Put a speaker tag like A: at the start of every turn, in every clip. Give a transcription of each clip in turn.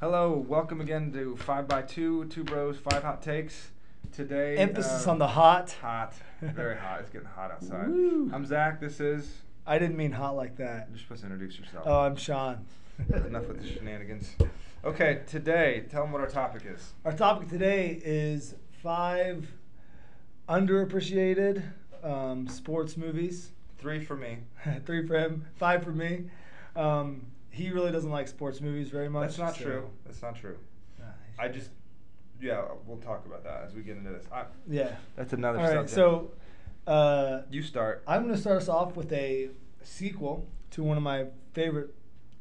A: Hello, welcome again to Five by Two, Two Bros, Five Hot Takes. Today,
B: Emphasis
A: uh,
B: on the hot.
A: Hot, very hot. It's getting hot outside.
B: Woo.
A: I'm Zach. This is.
B: I didn't mean hot like that.
A: You're supposed to introduce yourself.
B: Oh, I'm Sean.
A: Enough with the shenanigans. Okay, today, tell them what our topic is.
B: Our topic today is five underappreciated um, sports movies.
A: Three for me.
B: Three for him, five for me. Um, he really doesn't like sports movies very much.
A: That's not
B: so-
A: true. That's not true.
B: Uh,
A: I just, yeah, we'll talk about that as we get into this. I,
B: yeah.
A: That's another
B: All right.
A: subject.
B: So, uh,
A: you start.
B: I'm going to start us off with a sequel to one of my favorite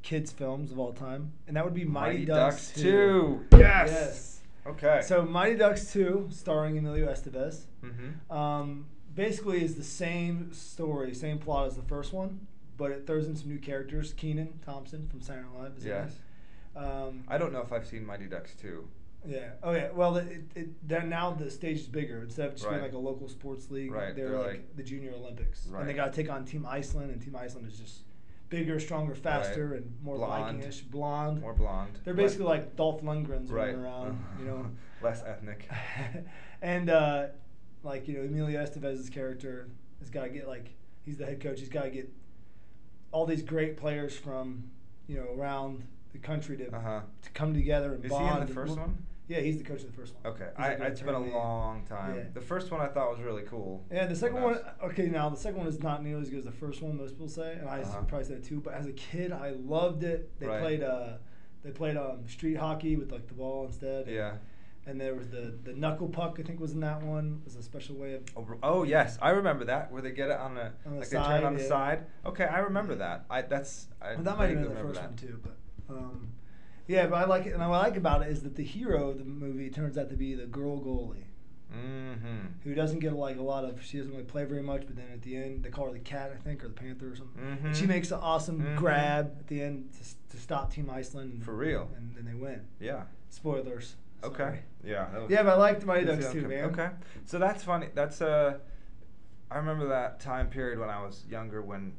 B: kids' films of all time, and that would be Mighty, Ducks, 2.
A: Yes. Okay.
B: So, Mighty Ducks 2, starring Emilio Estevez,
A: Mm-hmm.
B: um, basically is the same story, same plot as the first one, but it throws in some new characters. Keenan Thompson from Saturday Night Live is in it.
A: Yes.
B: Um,
A: I don't know if I've seen Mighty Ducks 2.
B: Yeah. Oh, yeah. Well, it, it, they're now the stage is bigger. Instead of just being
A: Right.
B: like a local sports league,
A: Right,
B: they're,
A: they're
B: like,
A: like-
B: the Junior Olympics, and they
A: Right.
B: got to take on Team Iceland, and Team Iceland is just bigger, stronger, faster,
A: Right.
B: and more
A: Blonde.
B: Vikingish, blonde.
A: More blonde.
B: They're
A: Less-
B: basically like Dolph Lundgrens
A: Right.
B: running around, you know.
A: Less ethnic.
B: and uh, like you know, Emilio Estevez's character has got to get like he's the head coach. He's got to get all these great players from you know around the country to
A: Uh-huh.
B: to come together and
A: Is he in
B: bond.
A: the
B: and
A: first
B: look-
A: one?
B: Yeah, he's the coach of the first one.
A: Okay,
B: He's,
A: I,
B: like, an
A: it's been a
B: attorney.
A: long time.
B: Yeah.
A: The first one I thought was really cool.
B: Yeah, the second
A: When I
B: one.
A: was-
B: Okay, now the second one is not nearly as good as the first one. Most people say, and I
A: Uh-huh.
B: probably said it too. But as a kid, I loved it. They
A: Right.
B: played uh, they played um street hockey with like the ball instead.
A: Yeah.
B: And there was the the knuckle puck. I think was in that one. It was a special way of.
A: Oh, r- oh yes, I remember that where they get it on a
B: On the
A: like they turn it
B: side,
A: on the
B: yeah.
A: side. Okay, I remember
B: Yeah.
A: that. I that's I
B: Well, that might have
A: vaguely
B: been the
A: remember
B: first
A: that.
B: one too, but um, yeah. But I like it, and what I like about it is that the hero of the movie turns out to be the girl goalie,
A: Mm-hmm.
B: who doesn't get like a lot of. She doesn't really play very much, but then at the end they call her the cat, I think, or the panther or something. And she
A: Mhm.
B: makes an awesome
A: Mhm.
B: grab at the end to, s- to stop Team Iceland. And,
A: For real?
B: and then they win.
A: Yeah.
B: Spoilers.
A: Okay.
B: sorry.
A: Yeah. that was-
B: Yeah, but I liked Mighty
A: Good
B: Ducks
A: see-
B: too,
A: okay.
B: man.
A: Okay, so that's funny. That's uh, I remember that time period when I was younger when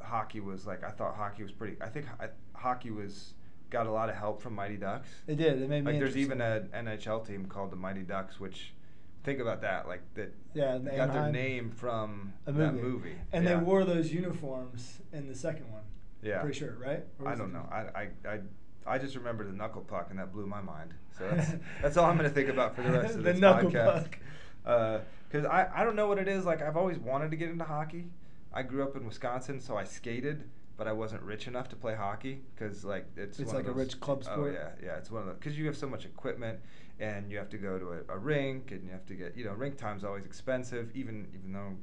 A: hockey was like I thought hockey was pretty. I think ho- I- hockey was got a lot of help from Mighty Ducks.
B: It did. It made me.
A: like there's even
B: interested.
A: an NHL team called the Mighty Ducks, which think about that, like that
B: Yeah,
A: got
B: the
A: their
B: Anaheim-
A: name from
B: a
A: that
B: movie.
A: movie.
B: And
A: yeah.
B: they wore those uniforms in the second one.
A: Yeah.
B: Pretty sure, right? Or
A: I
B: was it-
A: don't know. I, I I I just remember the knuckle puck, and that blew my mind. So that's that's all I'm gonna think about for the rest of
B: The
A: this
B: knuckle
A: podcast.
B: puck.
A: Because I I don't know what it is. Like I've always wanted to get into hockey. I grew up in Wisconsin, so I skated, but I wasn't rich enough to play hockey because like it's
B: It's
A: one of
B: like a
A: those-
B: rich club
A: Oh
B: sport.
A: yeah, yeah. It's one of the because you have so much equipment, and you have to go to a, a rink, and you have to get you know rink time's always expensive. Even even though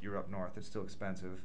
A: you're up north, it's still expensive.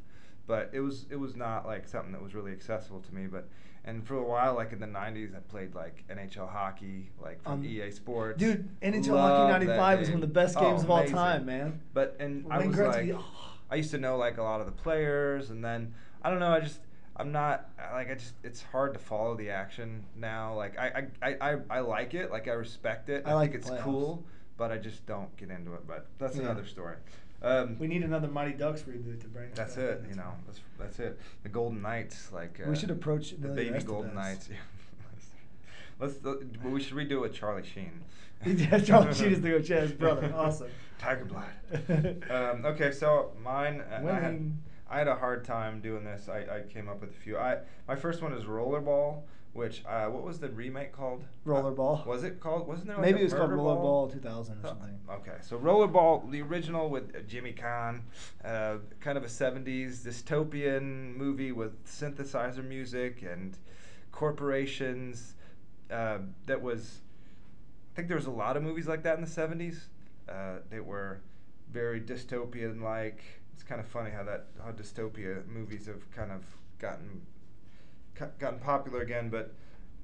A: But it was it was not like something that was really accessible to me. But and for a while, like in the '90s, I played like NHL hockey, like from
B: Um,
A: EA Sports.
B: dude, NHL
A: Love
B: Hockey
A: that
B: 95 is one of
A: game.
B: the best
A: Oh,
B: games of all
A: amazing.
B: time, man.
A: But and I
B: Wayne
A: was
B: Gretzky,
A: like,
B: oh.
A: I used to know like a lot of the players, and then I don't know. I just I'm not I- like I just it's hard to follow the action now. Like I I, I, I, I like it. Like I respect it.
B: I like
A: think it's
B: the playoffs.
A: cool, but I just don't get into it. But that's
B: Yeah.
A: another story. Um,
B: We need another Mighty Ducks reboot to bring. us
A: That's
B: back
A: it.
B: in.
A: You know. That's that's it. The Golden Knights. Like uh,
B: We should approach
A: the
B: Emilio
A: baby Golden
B: Estevez.
A: Knights. Let's. uh, well, we should redo it with Charlie Sheen.
B: Yeah, Charlie Sheen is the coach, yeah, his brother. Awesome.
A: Tiger Blood. um, okay, so mine. uh, I had,
B: Winning.
A: I had a hard time doing this. I, I came up with a few. I my first one is Rollerball, which uh, what was the remake called?
B: Rollerball.
A: Uh, was it called? Wasn't there? Like
B: Maybe
A: a
B: it was called
A: Murder
B: Rollerball 2000 or something.
A: Okay, so Rollerball, the original with uh, Jimmy Kahn, uh, kind of a 70s dystopian movie with synthesizer music and corporations uh, that was. I think there was a lot of movies like that in the 70s uh, that were very dystopian like. It's kind of funny how that how dystopia movies have kind of gotten co- gotten popular again, but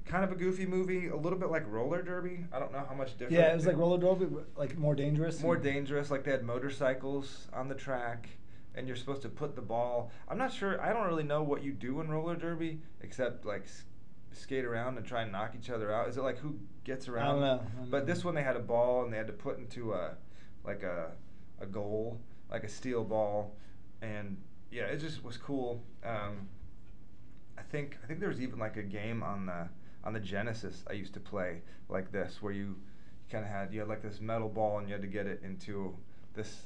A: kind of a goofy movie, a little bit like roller derby. I don't know how much different.
B: Yeah, it was like roller derby, but, like more dangerous.
A: More
B: and-
A: dangerous. Like they had motorcycles on the track, and you're supposed to put the ball. I'm not sure. I don't really know what you do in roller derby except like s- skate around and try and knock each other out. Is it like who gets
B: I
A: around?
B: don't know. I don't
A: but
B: know.
A: this one they had a ball and they had to put into a like a a goal, like a steel ball, and yeah, it just was cool. Um, I think I think there was even like a game on the on the Genesis I used to play like this, where you kind of had you had like this metal ball and you had to get it into this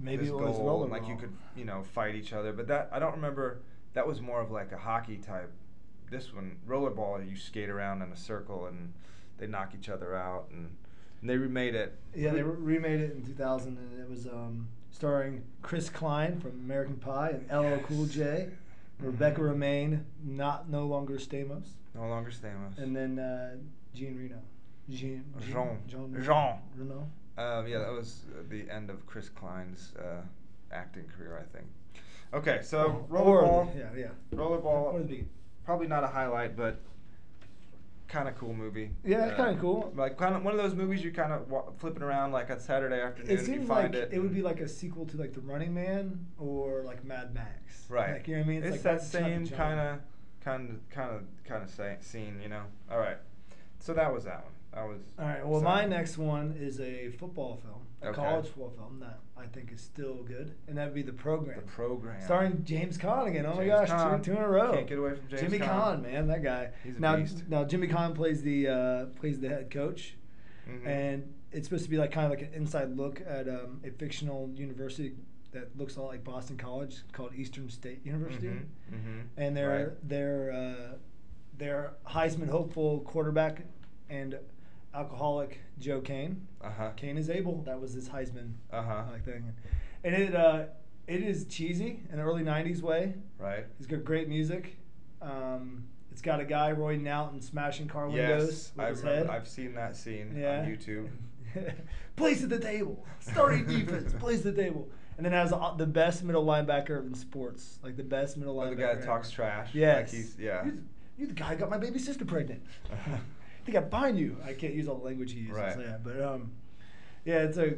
B: Maybe
A: this
B: it was
A: goal,
B: rollerball.
A: and, like you could you know fight each other. But that I don't remember. That was more of like a hockey type. This one rollerball, you skate around in a circle and they knock each other out, and, and they remade it.
B: Yeah, they re- remade it in 2000, and it was um, starring Chris Klein from American Pie and LL Cool J, Rebecca
A: Mhm.
B: Romaine, not no longer Stamos,
A: No longer Stamos.
B: and then uh, Gene Reno. Jean,
A: Jean.
B: Jean,
A: Jean.
B: Reno.
A: Um, yeah, that was uh, the end of Chris Klein's uh, acting career, I think. Okay, so
B: Or- or the-
A: rollerball.
B: Yeah, yeah.
A: Rollerball.
B: Or the beginning.
A: Probably not a highlight, but kind of cool movie. Uh,
B: Yeah, it's kinda cool.
A: Like kind of one of those movies you kind of wa- flipping around like on Saturday afternoon.
B: It
A: you
B: seemed like
A: find
B: it,
A: it,
B: would be
A: and-
B: like a sequel to like The Running Man or like Mad Max.
A: Right.
B: Like, you know what I mean?
A: It's,
B: like E.
A: that
B: type
A: same
B: genre.
A: kind of, kind of, kind of, kind of sa- scene, you know. All right. So that was that one. That was.
B: All right. Well,
A: so-
B: my next one is a football film, a
A: Okay.
B: college football film that I think is still good, and that'd be the program.
A: The Program.
B: Starring James Caan again. Oh my
A: James
B: gosh,
A: Caan.
B: two, two in a row.
A: Can't get away from James
B: Jimmy
A: Caan.
B: man, that guy.
A: He's a
B: now,
A: beast.
B: now Jimmy Caan plays the uh, plays the head coach,
A: Mhm.
B: and it's supposed to be like kind of like an inside look at um, a fictional university that looks a lot like Boston College called Eastern State University,
A: Mhm, mhm,
B: and their
A: right.
B: their uh, their Heisman hopeful quarterback and alcoholic Joe Kane.
A: Uh-huh.
B: Kane is able. That was his Heisman
A: Uh-huh.
B: like thing, and it uh, it is cheesy in the early '90s way.
A: Right.
B: It's got great music. Um, it's got a guy roiding out and smashing car windows
A: Yes,
B: with
A: I
B: his
A: remember.
B: head.
A: I've seen that scene
B: Yeah.
A: on YouTube.
B: place at the table. Starting defense. place at the table. And then has the- the best middle linebacker in sports, like the best middle
A: Oh,
B: linebacker.
A: the guy that
B: ever.
A: talks trash, like
B: Yes.
A: he's- yeah.
B: You, you the guy who got my baby sister pregnant. I think I find you. I can't use all the language he uses.
A: Right.
B: so yeah, but um, yeah, it's a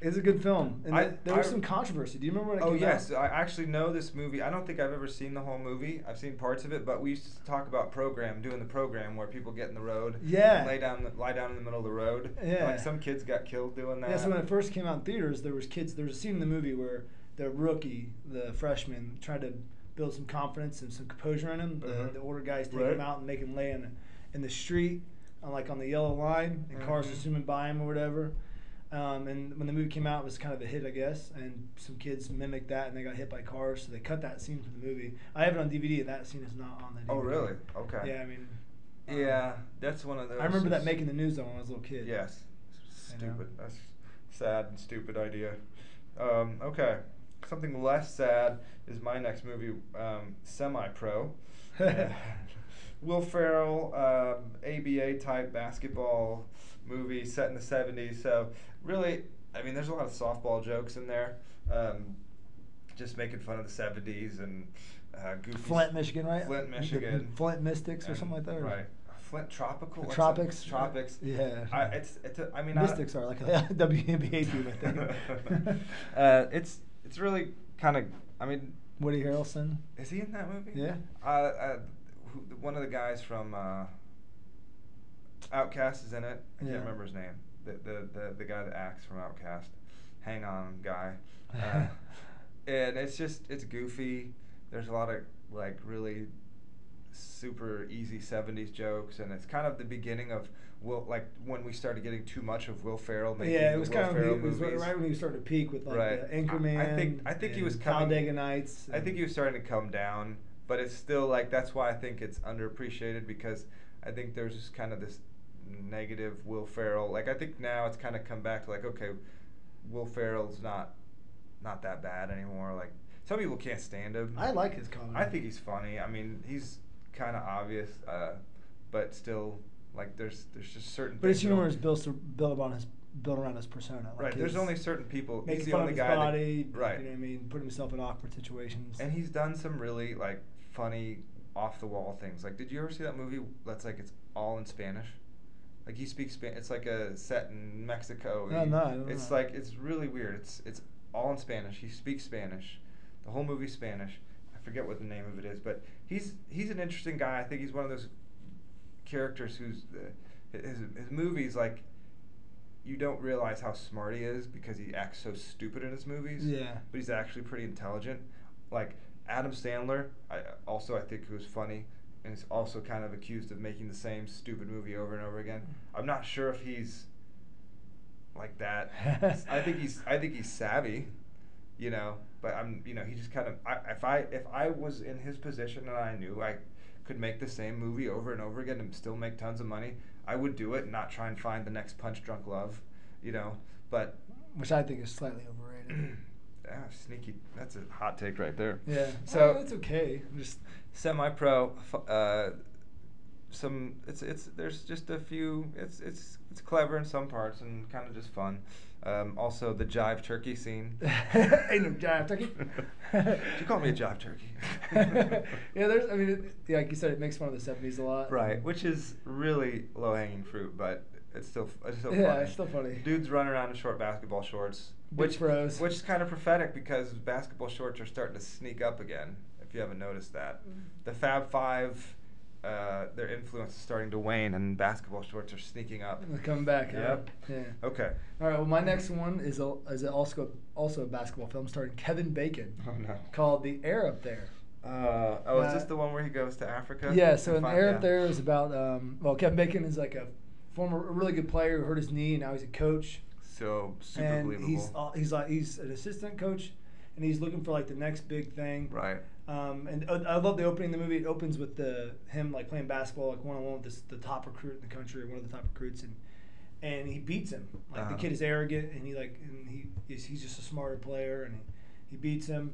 B: it's a good film, and
A: I-
B: th- there was
A: I-
B: some controversy. Do you remember when it
A: oh
B: came
A: yes,
B: out?
A: I actually know this movie. I don't think I've ever seen the whole movie. I've seen parts of it, but we used to talk about program, doing the program where people get in the road,
B: Yeah.
A: and lay down, lie down in the middle of the road.
B: Yeah.
A: like some kids got killed doing that.
B: Yeah, so when it first came out in theaters, there was kids. There was a scene in the movie where the rookie, the freshman, tried to build some confidence and some composure in him. The,
A: Mhm.
B: the older guys take
A: Right.
B: him out and make him lay in, in the street, on like on the yellow line, and cars
A: Mhm.
B: are zooming by him or whatever. Um, and when the movie came out, it was kind of a hit, I guess. And some kids mimicked that, and they got hit by cars, so they cut that scene from the movie. I have it on DVD, and that scene is not on the. DVD.
A: Oh, really? Okay.
B: Yeah, I mean. um,
A: yeah, that's one of those.
B: I remember that making the news though when I was a little kid.
A: Yes,
B: I know.
A: stupid. That's sad and stupid idea. Um, okay, something less sad is my next movie, um, Semi Pro. Will Ferrell, um, ABA type basketball movie set in the 70s. So, really, I mean, there's a lot of softball jokes in there. Um, just making fun of the 70s and uh, goofy.
B: Flint, Michigan, right?
A: Flint,
B: The
A: Michigan.
B: Flint Mystics or
A: And-
B: something like that, or-
A: Right. Flint Tropical?
B: The
A: or
B: Tropics?
A: something? Tropics.
B: Yeah.
A: I, it's, it's, a- I mean, I-
B: Mystics are like a WNBA team, I think.
A: uh, it's, it's really kind of, I mean,
B: Woody Harrelson.
A: is he in that movie?
B: Yeah.
A: Uh, uh, who, one of the guys from uh, Outcast is in it. I
B: Yeah.
A: can't remember his name. The, the the the guy that acts from Outcast, Hang On guy. Uh, and it's just it's goofy. There's a lot of like really super easy 70s jokes and it's kind of the beginning of Will like when we started getting too much of Will Ferrell making
B: yeah,
A: the
B: it was
A: Will
B: kind of
A: Ferrell
B: it was right
A: movies.
B: right when he started to peak with like
A: Right.
B: the Anchorman.
A: I think I think he
B: and
A: was coming.
B: Talladega Nights.
A: I think
B: and-
A: he was starting to come down, but it's still like that's why I think it's underappreciated because I think there's just kind of this negative Will Ferrell. Like I think now it's kind of come back to like okay, Will Ferrell's not not that bad anymore. Like some people can't stand him.
B: I like his comedy.
A: I think he's funny. I mean, he's kind of obvious, uh, but still like there's there's just certain.
B: But his
A: things that'll-
B: humor is built built on his built around his persona. Like
A: Right, there's
B: his-
A: only certain people- he's
B: Making
A: the
B: fun
A: only
B: of his
A: guy that-
B: body.
A: right.
B: You know what I mean? Put himself in awkward situations.
A: And he's done some really like funny off the wall things. Like, did you ever see that movie that's like it's all in Spanish? Like he speaks Spanish. It's like a set in Mexico.
B: No, no, I don't
A: It's
B: know.
A: like it's really weird. It's it's all in Spanish. He speaks Spanish. The whole movie's Spanish. I forget what the name of it is, but he's he's an interesting guy. I think he's one of those characters who's the, his his movies like you don't realize how smart he is because he acts so stupid in his movies.
B: Yeah.
A: But he's actually pretty intelligent. Like Adam Sandler, I also I think who's funny and is also kind of accused of making the same stupid movie over and over again. I'm not sure if he's like that. I think he's I think he's savvy, you know. But I'm you know he just kind of I, if I if I was in his position and I knew I could make the same movie over and over again and still make tons of money, I would do it and not try and find the next Punch Drunk Love, you know. But
B: Which I think is slightly overrated.
A: ah, sneaky, that's a hot take right there.
B: yeah.
A: So
B: it's okay. I'm just
A: semi-pro. f- Uh, some it's it's there's just a few. It's it's it's clever in some parts and kind of just fun. Um, also the jive turkey scene.
B: Ain't no jive turkey.
A: Did you call me a jive turkey?
B: yeah, there's. I mean, it, yeah, like you said, it makes fun of the seventies a lot.
A: Right, which is really low hanging fruit, but it's still it's still
B: Yeah,
A: funny.
B: it's still funny.
A: Dudes run around in short basketball shorts,
B: Big
A: which
B: froze.
A: which is kind of prophetic because basketball shorts are starting to sneak up again. If you haven't noticed that,
B: Mm-hmm.
A: the Fab Five, uh, their influence is starting to wane, and basketball shorts are sneaking up.
B: They'll Come back. huh?
A: Yep.
B: Yeah.
A: Okay.
B: All right. Well, my next one is a, is a also also a basketball film starring Kevin Bacon.
A: Oh, no.
B: Called The Air Up There.
A: Uh, oh, is
B: Uh,
A: this the one where he goes to Africa?
B: Yeah, so
A: and
B: in the
A: find-
B: air
A: yeah.
B: up there is about um, well, Kevin Bacon is like a former a really good player who hurt his knee, and now he's a coach.
A: So super
B: and
A: believable.
B: he's all, he's like he's an assistant coach, and he's looking for like the next big thing.
A: right.
B: Um, and uh, I love the opening of the movie. It opens with the him like playing basketball like one on one with this, the top recruit in the country, or one of the top recruits, and and he beats him. Like
A: Uh-huh.
B: the kid is arrogant, and he like and he is he's just a smarter player, and he, he beats him.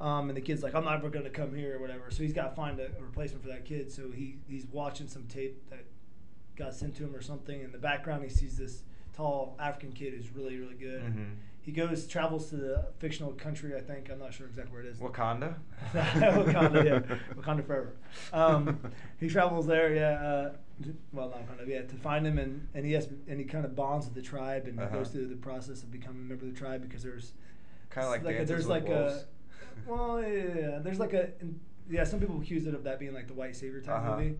B: Um, and the kid's like, I'm never gonna come here or whatever. So he's got to find a, a replacement for that kid. So he he's watching some tape that got sent to him or something. In the background, he sees this tall African kid who's really really good.
A: Mhm.
B: He goes travels to the fictional country. I think I'm not sure exactly where it is.
A: Wakanda.
B: Wakanda, yeah. Wakanda forever. Um, he travels there, yeah. Uh, to- well, not Wakanda, yeah, to find him, and, and he has and he kind of bonds with the tribe and
A: Uh-huh.
B: goes through the process of becoming a member of the tribe because there's
A: Kind of like,
B: s- a-
A: Dances
B: there's
A: with
B: like
A: Wolves.
B: a well, yeah, there's like a in- yeah. Some people accuse it of that being like the white savior type
A: Uh-huh.
B: movie.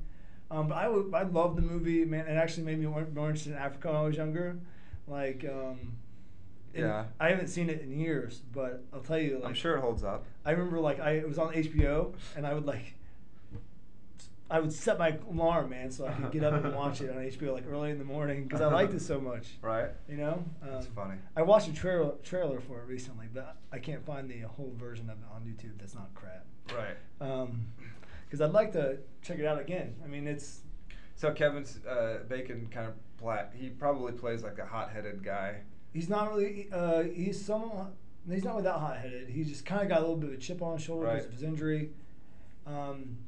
B: Um, but I would, I love the movie, man. It actually made me more more interested in Africa when I was younger, like. Um, and
A: Yeah.
B: I haven't seen it in years, but I'll tell you, like,
A: I'm sure it holds up.
B: I remember like I it was on HBO and I would like I would set my alarm, man, so I could get up and watch it on HBO like early in the morning because I liked it so much.
A: Right.
B: You know, Um,
A: That's funny.
B: I watched a trailer trailer for it recently, but I can't find the whole version of it on YouTube. That's not crap.
A: Right.
B: Because I'd like to check it out again. I mean, it's
A: So Kevin's uh, Bacon kind of plat. He probably plays like a hot-headed guy.
B: he's not really uh, he's somewhat he's not without hot headed. He just kind of got a little bit of a chip on his shoulder because
A: Right.
B: of his injury. Um,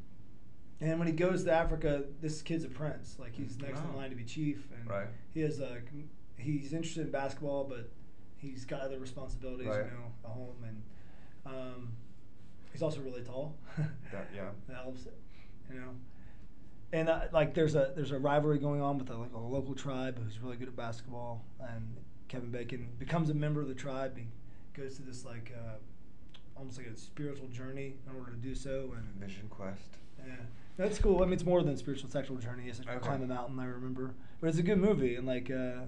B: and when he goes to Africa, this kid's a prince. Like he's next
A: Wow.
B: in line to be chief, and
A: Right.
B: he has a he's interested in basketball, but he's got other responsibilities.
A: Right.
B: You know, a home, and um, he's also really tall.
A: That- yeah.
B: that helps it. You know. And uh, like there's a there's a rivalry going on with a, like a local tribe who's really good at basketball, and Kevin Bacon becomes a member of the tribe. He goes to this like uh, almost like a spiritual journey in order to do so. And
A: Vision quest.
B: yeah, that's cool. I mean, it's more than spiritual sexual journey. It's like
A: Okay.
B: climb a mountain. I remember, but it's a good movie. And like uh,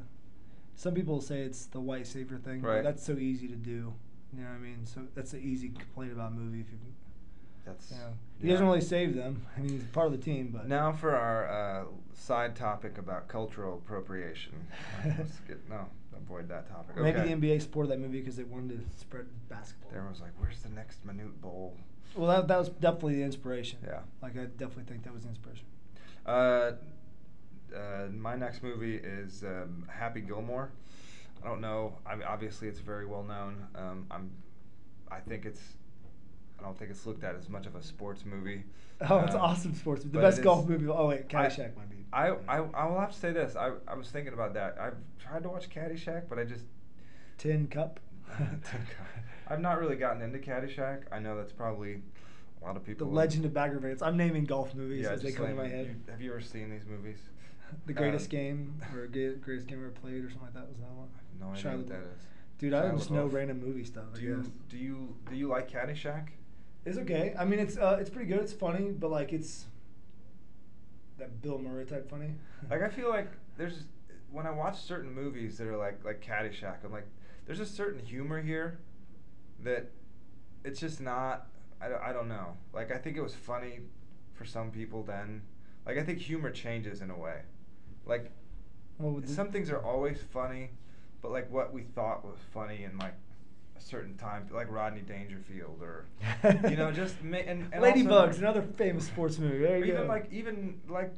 B: some people say it's the white savior thing, but
A: Right.
B: that's so easy to do. You know what I mean? So that's an easy complaint about a movie if you
A: That's.
B: yeah. He doesn't really save them. I mean, he's part of the team, but
A: Now for our uh, side topic about cultural appropriation. Let's get no. Avoid that topic.
B: maybe
A: Okay.
B: the NBA supported that movie because they wanted to spread basketball.
A: There was like, where's the next minute bowl?
B: well, that, that was definitely the inspiration.
A: Yeah.
B: like I definitely think that was the inspiration.
A: Uh, uh, my next movie is um, Happy Gilmore. I don't know. I mean, obviously, it's very well known. Um, I'm. I think it's. I don't think it's looked at as much of a sports movie.
B: Oh, it's
A: Um,
B: awesome sports. The
A: but
B: best
A: it
B: golf
A: is-
B: movie. Oh wait,
A: I-
B: Caddyshack might be.
A: I, I I will have to say this. I, I was thinking about that. I've tried to watch Caddyshack, but I just
B: Tin Cup.
A: I've not really gotten into Caddyshack. I know that's probably a lot of
B: The
A: people.
B: Legend of Bagger Vance. I'm naming golf movies
A: Yeah,
B: as they
A: just
B: come to
A: like,
B: my head.
A: you- have you ever seen these movies?
B: the
A: Um,
B: greatest game or ge- greatest game ever played or something like that was that one.
A: No idea
B: Shia
A: what that
B: LaBeouf.
A: is.
B: Dude, I
A: Shia
B: just know
A: LaBeouf.
B: random movie stuff. I
A: Do you
B: guess.
A: do you do you like Caddyshack?
B: It's okay. I mean, it's uh, it's pretty good. It's funny, but like it's that Bill Murray type funny.
A: Like I feel like there's when I watch certain movies that are like like Caddyshack, I'm like, there's a certain humor here that it's just not. I don't, I don't know. Like I think it was funny for for some people than like I think humor changes in a way. Like
B: Well, with the-
A: some things are always funny, but like what we thought was funny in like a certain time, like Rodney Dangerfield or you know just ma- and, and also-
B: Ladybugs, another famous sports movie. There
A: or
B: you
A: even
B: go.
A: like even like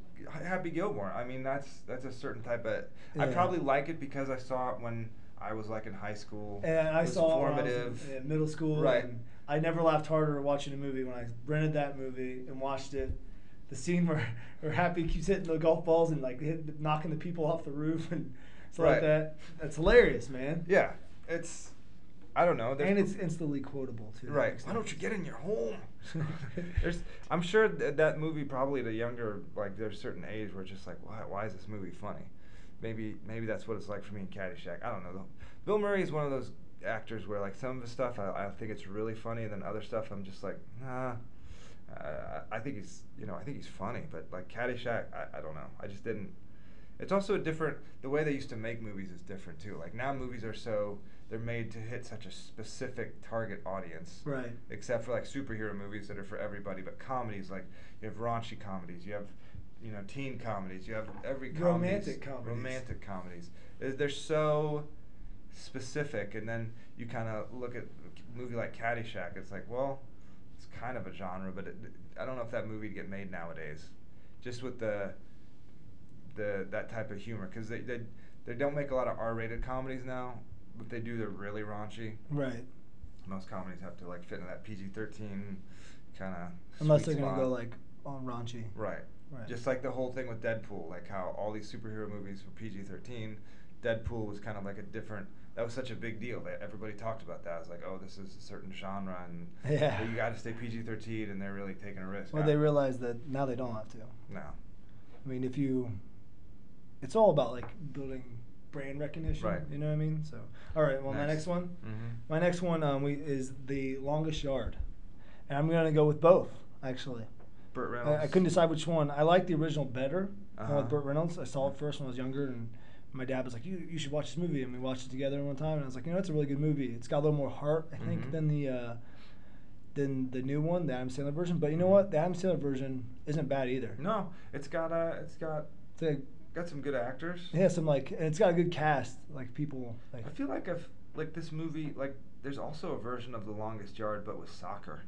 A: Happy Gilmore. I mean that's that's a certain type of. I
B: Yeah.
A: probably like it because I saw it when I was like in high school.
B: And
A: It
B: I
A: was
B: saw it when I was in-
A: formative.
B: in middle school.
A: Right.
B: And I never laughed harder watching a movie when I rented that movie and watched it. The scene where, where Happy keeps hitting the golf balls and like hit, knocking the people off the roof and stuff
A: Right.
B: like that. That's hilarious, man.
A: Yeah, it's. I don't know. there's-
B: and it's instantly quotable too. That
A: right.
B: makes
A: Why don't
B: sense.
A: you get in your home? there's. I'm sure that that movie probably the younger like there's certain age where it's just like why why is this movie funny? Maybe maybe that's what it's like for me in Caddyshack. I don't know. though. Bill Murray is one of those actors where like some of his stuff I, I think it's really funny, and then other stuff I'm just like nah. Uh, I I think he's you know I think he's funny, but like Caddyshack, I, I don't know. I just didn't. It's also a different. The way they used to make movies is different too. Like now, movies are so they're made to hit such a specific target audience.
B: Right.
A: Except for like superhero movies that are for everybody, but comedies like you have raunchy comedies, you have you know teen comedies, you have every comedies-
B: Romantic comedies.
A: romantic comedies. They're, they're so specific, and then you kind of look at a movie like Caddyshack. It's like, well, it's kind of a genre, but it, I don't know if that movie would get made nowadays, just with the the that type of humor, because they, they they don't make a lot of R-rated comedies now. If they do, they're really raunchy.
B: Right.
A: Most comedies have to like fit into that PG-13 kind of.
B: Unless they're gonna go like on raunchy.
A: Right.
B: Right.
A: Just like the whole thing with Deadpool, like how all these superhero movies were PG 13. Deadpool was kind of like a different. That was such a big deal that everybody talked about that. It's like, oh, this is a certain genre, and
B: Yeah.
A: you got to stay PG 13, and they're really taking a risk.
B: Well,
A: I-
B: they realize that now they don't have to.
A: No.
B: I mean, if you, it's all about like building brand recognition.
A: Right.
B: You know what I mean? So, all right. Well, my
A: Nice.
B: next one,
A: Mhm.
B: my next one, um, we is the longest yard, and I'm gonna go with both actually.
A: Burt
B: I-
A: Reynolds.
B: I, couldn't decide which one. I like the original better. the one
A: Uh-huh.
B: With Burt Reynolds, I saw it first when I was younger, and my dad was like, "You you should watch this movie," and we watched it together one time, and I was like, "You know, it's a really good movie. It's got a little more heart, I think,
A: Mhm.
B: than the." Uh, than the new one, the Adam Sandler version. But you know
A: Mhm.
B: what? The Adam Sandler version isn't bad either.
A: No, it's got uh, it's got
B: It's like,
A: got some good actors.
B: yeah, some like, and it's got a good cast, like people. Like,
A: I feel like I've like this movie like there's also a version of The Longest Yard but with soccer,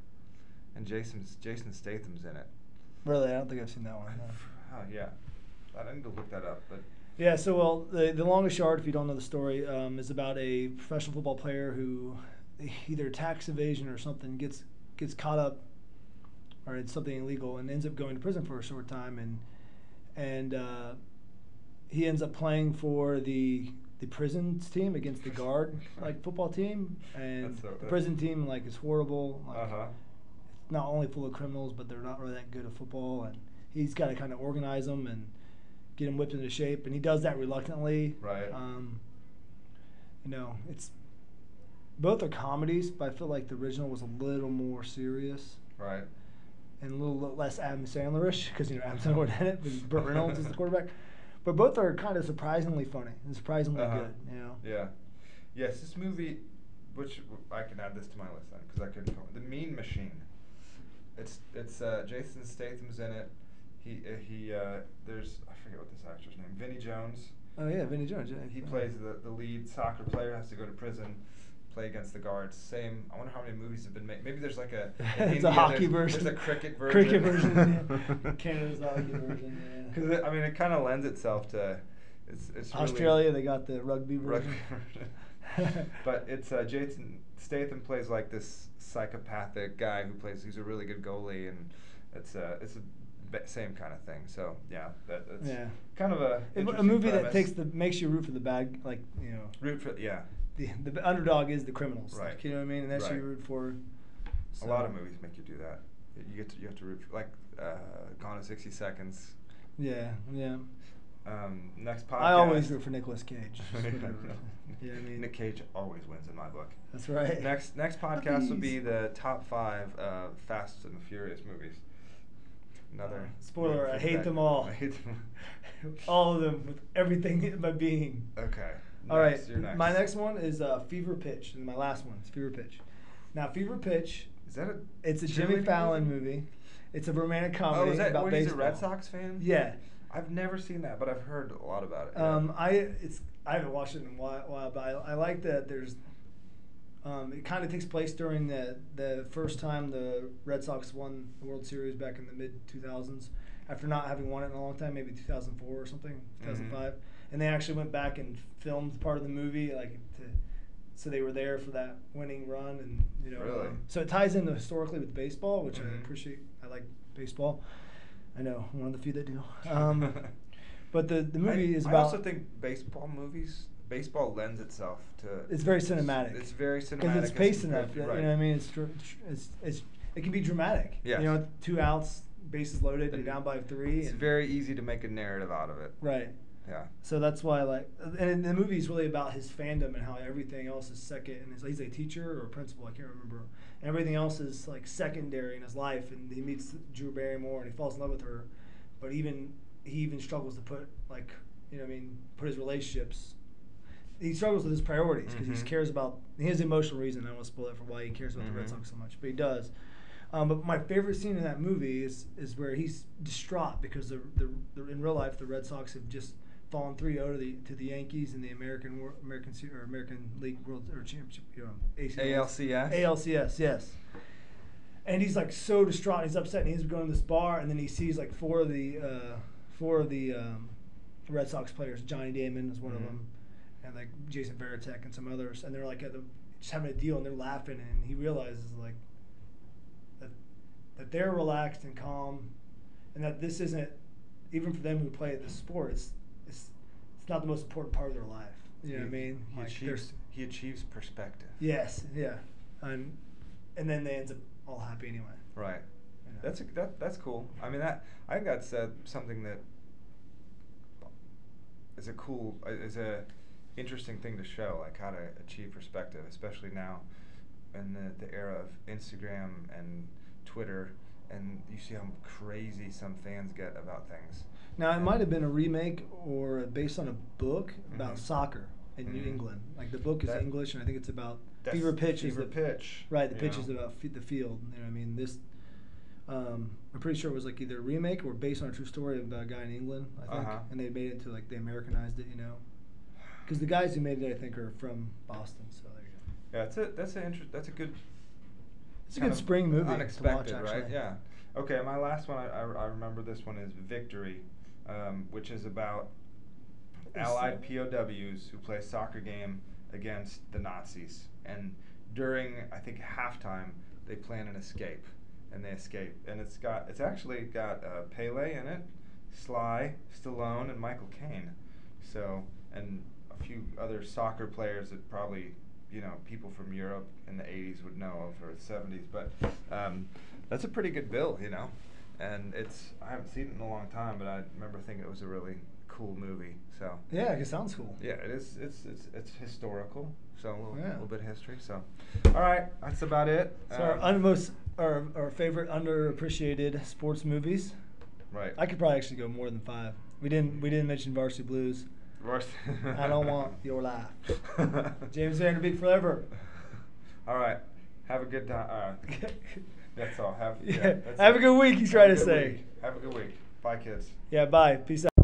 A: and Jason Jason Statham's in it.
B: really, I don't think I've seen that one. no.
A: Oh, yeah, I need to look that up. But
B: Yeah, so well, the, the longest yard, if you don't know the story, um, is about a professional football player who either tax evasion or something gets gets caught up or in something illegal and ends up going to prison for a short time and and uh, he ends up playing for the the prisons team against the guard like football team and
A: That's so-
B: the prison team like is horrible like,
A: Uh-huh.
B: it's not only full of criminals, but they're not really that good at football. And he's got to kind of organize them and get them whipped into shape. And he does that reluctantly.
A: Right.
B: Um, you know, it's both are comedies, but I feel like the original was a little more serious
A: right,
B: and a little less Adam Sandlerish because you know Adam Sandler was in it, but Burt Reynolds is the quarterback. But both are kind of surprisingly funny and surprisingly
A: Uh-huh.
B: good. You know.
A: yeah, yes, this movie, which I can add this to my list then because I couldn't. come- The Mean Machine. It's it's uh, Jason Statham's in it. He uh, he uh, there's I forget what this actor's name. Vinny Jones.
B: Oh yeah, Vinny Jones. Yeah.
A: He plays the, the lead soccer player, has to go to prison, play against the guards. Same. I wonder how many movies have been made. Maybe there's like a. in
B: it's
A: India,
B: a hockey
A: there's,
B: version.
A: There's a cricket version.
B: Cricket version. yeah. Canada's hockey version. Yeah.
A: Because I mean, it kind of lends itself to. It's, it's really-
B: Australia, they got the rugby version.
A: version. but it's uh, Jason Statham plays like this psychopathic guy who plays. He's a really good goalie, and it's uh, it's a ba- same kind of thing. So yeah, that, that's
B: Yeah.
A: kind of a
B: A- a
A: interesting
B: movie that
A: premise.
B: takes the makes you root for the bad, like you know,
A: root for yeah.
B: the, the underdog is the criminals. like,
A: Right.
B: you know what I mean, and that's who you
A: Right.
B: root for.
A: A lot
B: So-
A: of movies make you do that. You get to, you have to root for, like uh, Gone in sixty seconds.
B: Yeah, yeah.
A: Um, next podcast.
B: I always root for Nicolas Cage. That's what I root
A: No.
B: for. You know what I mean?
A: Nick Cage always wins in my book.
B: That's right.
A: Next next podcast will be
B: Puppies.
A: the top five uh, Fast and Furious movies. Another
B: Uh, spoiler.
A: movie
B: I
A: for
B: hate
A: that-
B: them all.
A: I hate them.
B: all of them with everything in my being.
A: Okay.
B: All right,
A: next, you're next.
B: My next one is uh, Fever Pitch, and my last one is Fever Pitch. Now, Fever Pitch.
A: Is that a
B: It's a Jimmy
A: cheerleading
B: Fallon
A: movie?
B: movie. It's a romantic comedy
A: Oh, is that
B: about
A: where he's
B: baseball.
A: a Red Sox fan?
B: Yeah.
A: I've never seen that, but I've heard a lot about it. yeah.
B: Um, I it's I haven't watched it in a while, while but I, I like that there's. Um, it kind of takes place during the the first time the Red Sox won the World Series back in the mid 2000s, after not having won it in a long time, maybe 2004 or something, 2005,
A: Mhm.
B: and they actually went back and filmed part of the movie, like to, so they were there for that winning run, and you know,
A: Really?
B: um, so it ties in historically with baseball, which I
A: Mhm.
B: appreciate. I like baseball. I know I'm one of the few that do. Um, But the, the movie
A: I,
B: is
A: I
B: about.
A: also think baseball movies, baseball lends itself to.
B: it's very cinematic.
A: It's very cinematic.
B: because it's paced enough.
A: compared
B: You
A: to- right.
B: know what I mean? It's, dr- it's, it's it can be dramatic.
A: Yes.
B: You know, two outs, bases loaded, you're
A: And
B: down by three.
A: It's
B: and-
A: very easy to make a narrative out of it.
B: Right.
A: Yeah.
B: So that's why, like, and the movie is really about his fandom and how everything else is second. And his, he's a teacher or a principal, I can't remember. And everything else is like secondary in his life. And he meets Drew Barrymore and he falls in love with her, but even he even struggles to put like you know what I mean put his relationships. He struggles with his priorities because
A: Mhm.
B: he cares about he has emotional reason. I don't want to spoil it for why he cares about the
A: Mhm.
B: Red Sox so much, but he does. Um, but my favorite scene in that movie is is where he's distraught because the, the, the in real life the Red Sox have just fallen 3-0 to the to the Yankees in the American Wor- American Se- or American League World or Championship you know,
A: ALCS?
B: ALCS yes and he's like so distraught he's upset and he's going to this bar and then he sees like four of the uh, four of the um, Red Sox players Johnny Damon is one
A: Mhm.
B: of them and like Jason Veritek and some others and they're like at the, just having a deal and they're laughing and he realizes like that that they're relaxed and calm and that this isn't even for them who play this sport it's it's, it's not the most important part of their life you know what I mean
A: He
B: Like, they're-
A: achieves, he achieves perspective.
B: Yes, yeah, and and then they ends up all happy anyway.
A: Right.
B: You know?
A: That's a, that, that's cool. I mean that I think that's uh, something that is a cool uh, is a interesting thing to show like how to achieve perspective, especially now in the, the era of Instagram and Twitter, and you see how crazy some fans get about things.
B: now it
A: And-
B: might have been a remake or based on a book about
A: Mhm.
B: soccer in New
A: Mhm.
B: England. Like the book is
A: That-
B: English, and I think it's about
A: That's
B: fever pitch. is
A: fever
B: the-
A: pitch,
B: Right, the
A: you
B: pitch is
A: know.
B: about f- the field. You know, what I mean this. Um, I'm pretty sure it was like either a remake or based on a true story about a guy in England, I think,
A: Uh-huh.
B: and they made it to like they Americanized it, you know, because the guys who made it, I think, are from Boston. So there you go.
A: Yeah, that's a that's an interest. That's a good.
B: It's a
A: kind
B: good
A: of
B: spring movie to watch,
A: Unexpected, right?
B: actually.
A: Yeah. Okay, my last one. I, I, I remember this one is Victory, um, which is about
B: Yes.
A: Allied POWs who play soccer game against the Nazis, and during I think halftime they plan an escape, and they escape, and it's got it's actually got uh, Pele in it, Sly, Stallone, and Michael Caine, so and a few other soccer players that probably you know people from Europe in the '80s would know of or the '70s, but um, that's a pretty good bill, you know, and it's I haven't seen it in a long time, but I remember thinking it was a really cool movie, so
B: Yeah, it sounds cool.
A: yeah, it is. It's it's it's historical, so a little,
B: Yeah.
A: little bit of history. So, all right, that's about it.
B: So our
A: Um,
B: unmost, our, our favorite underappreciated sports movies.
A: right.
B: I could probably actually go more than five. We didn't we didn't mention Varsity Blues.
A: Worst-
B: I don't want your life. James Vanderbeek forever.
A: All right. Have a good time. Uh, that's all. Have
B: Yeah,
A: that's
B: have
A: it.
B: a good week, he's trying to
A: good
B: say.
A: week. Have a good week. Bye, kids.
B: Yeah. Bye. Peace out.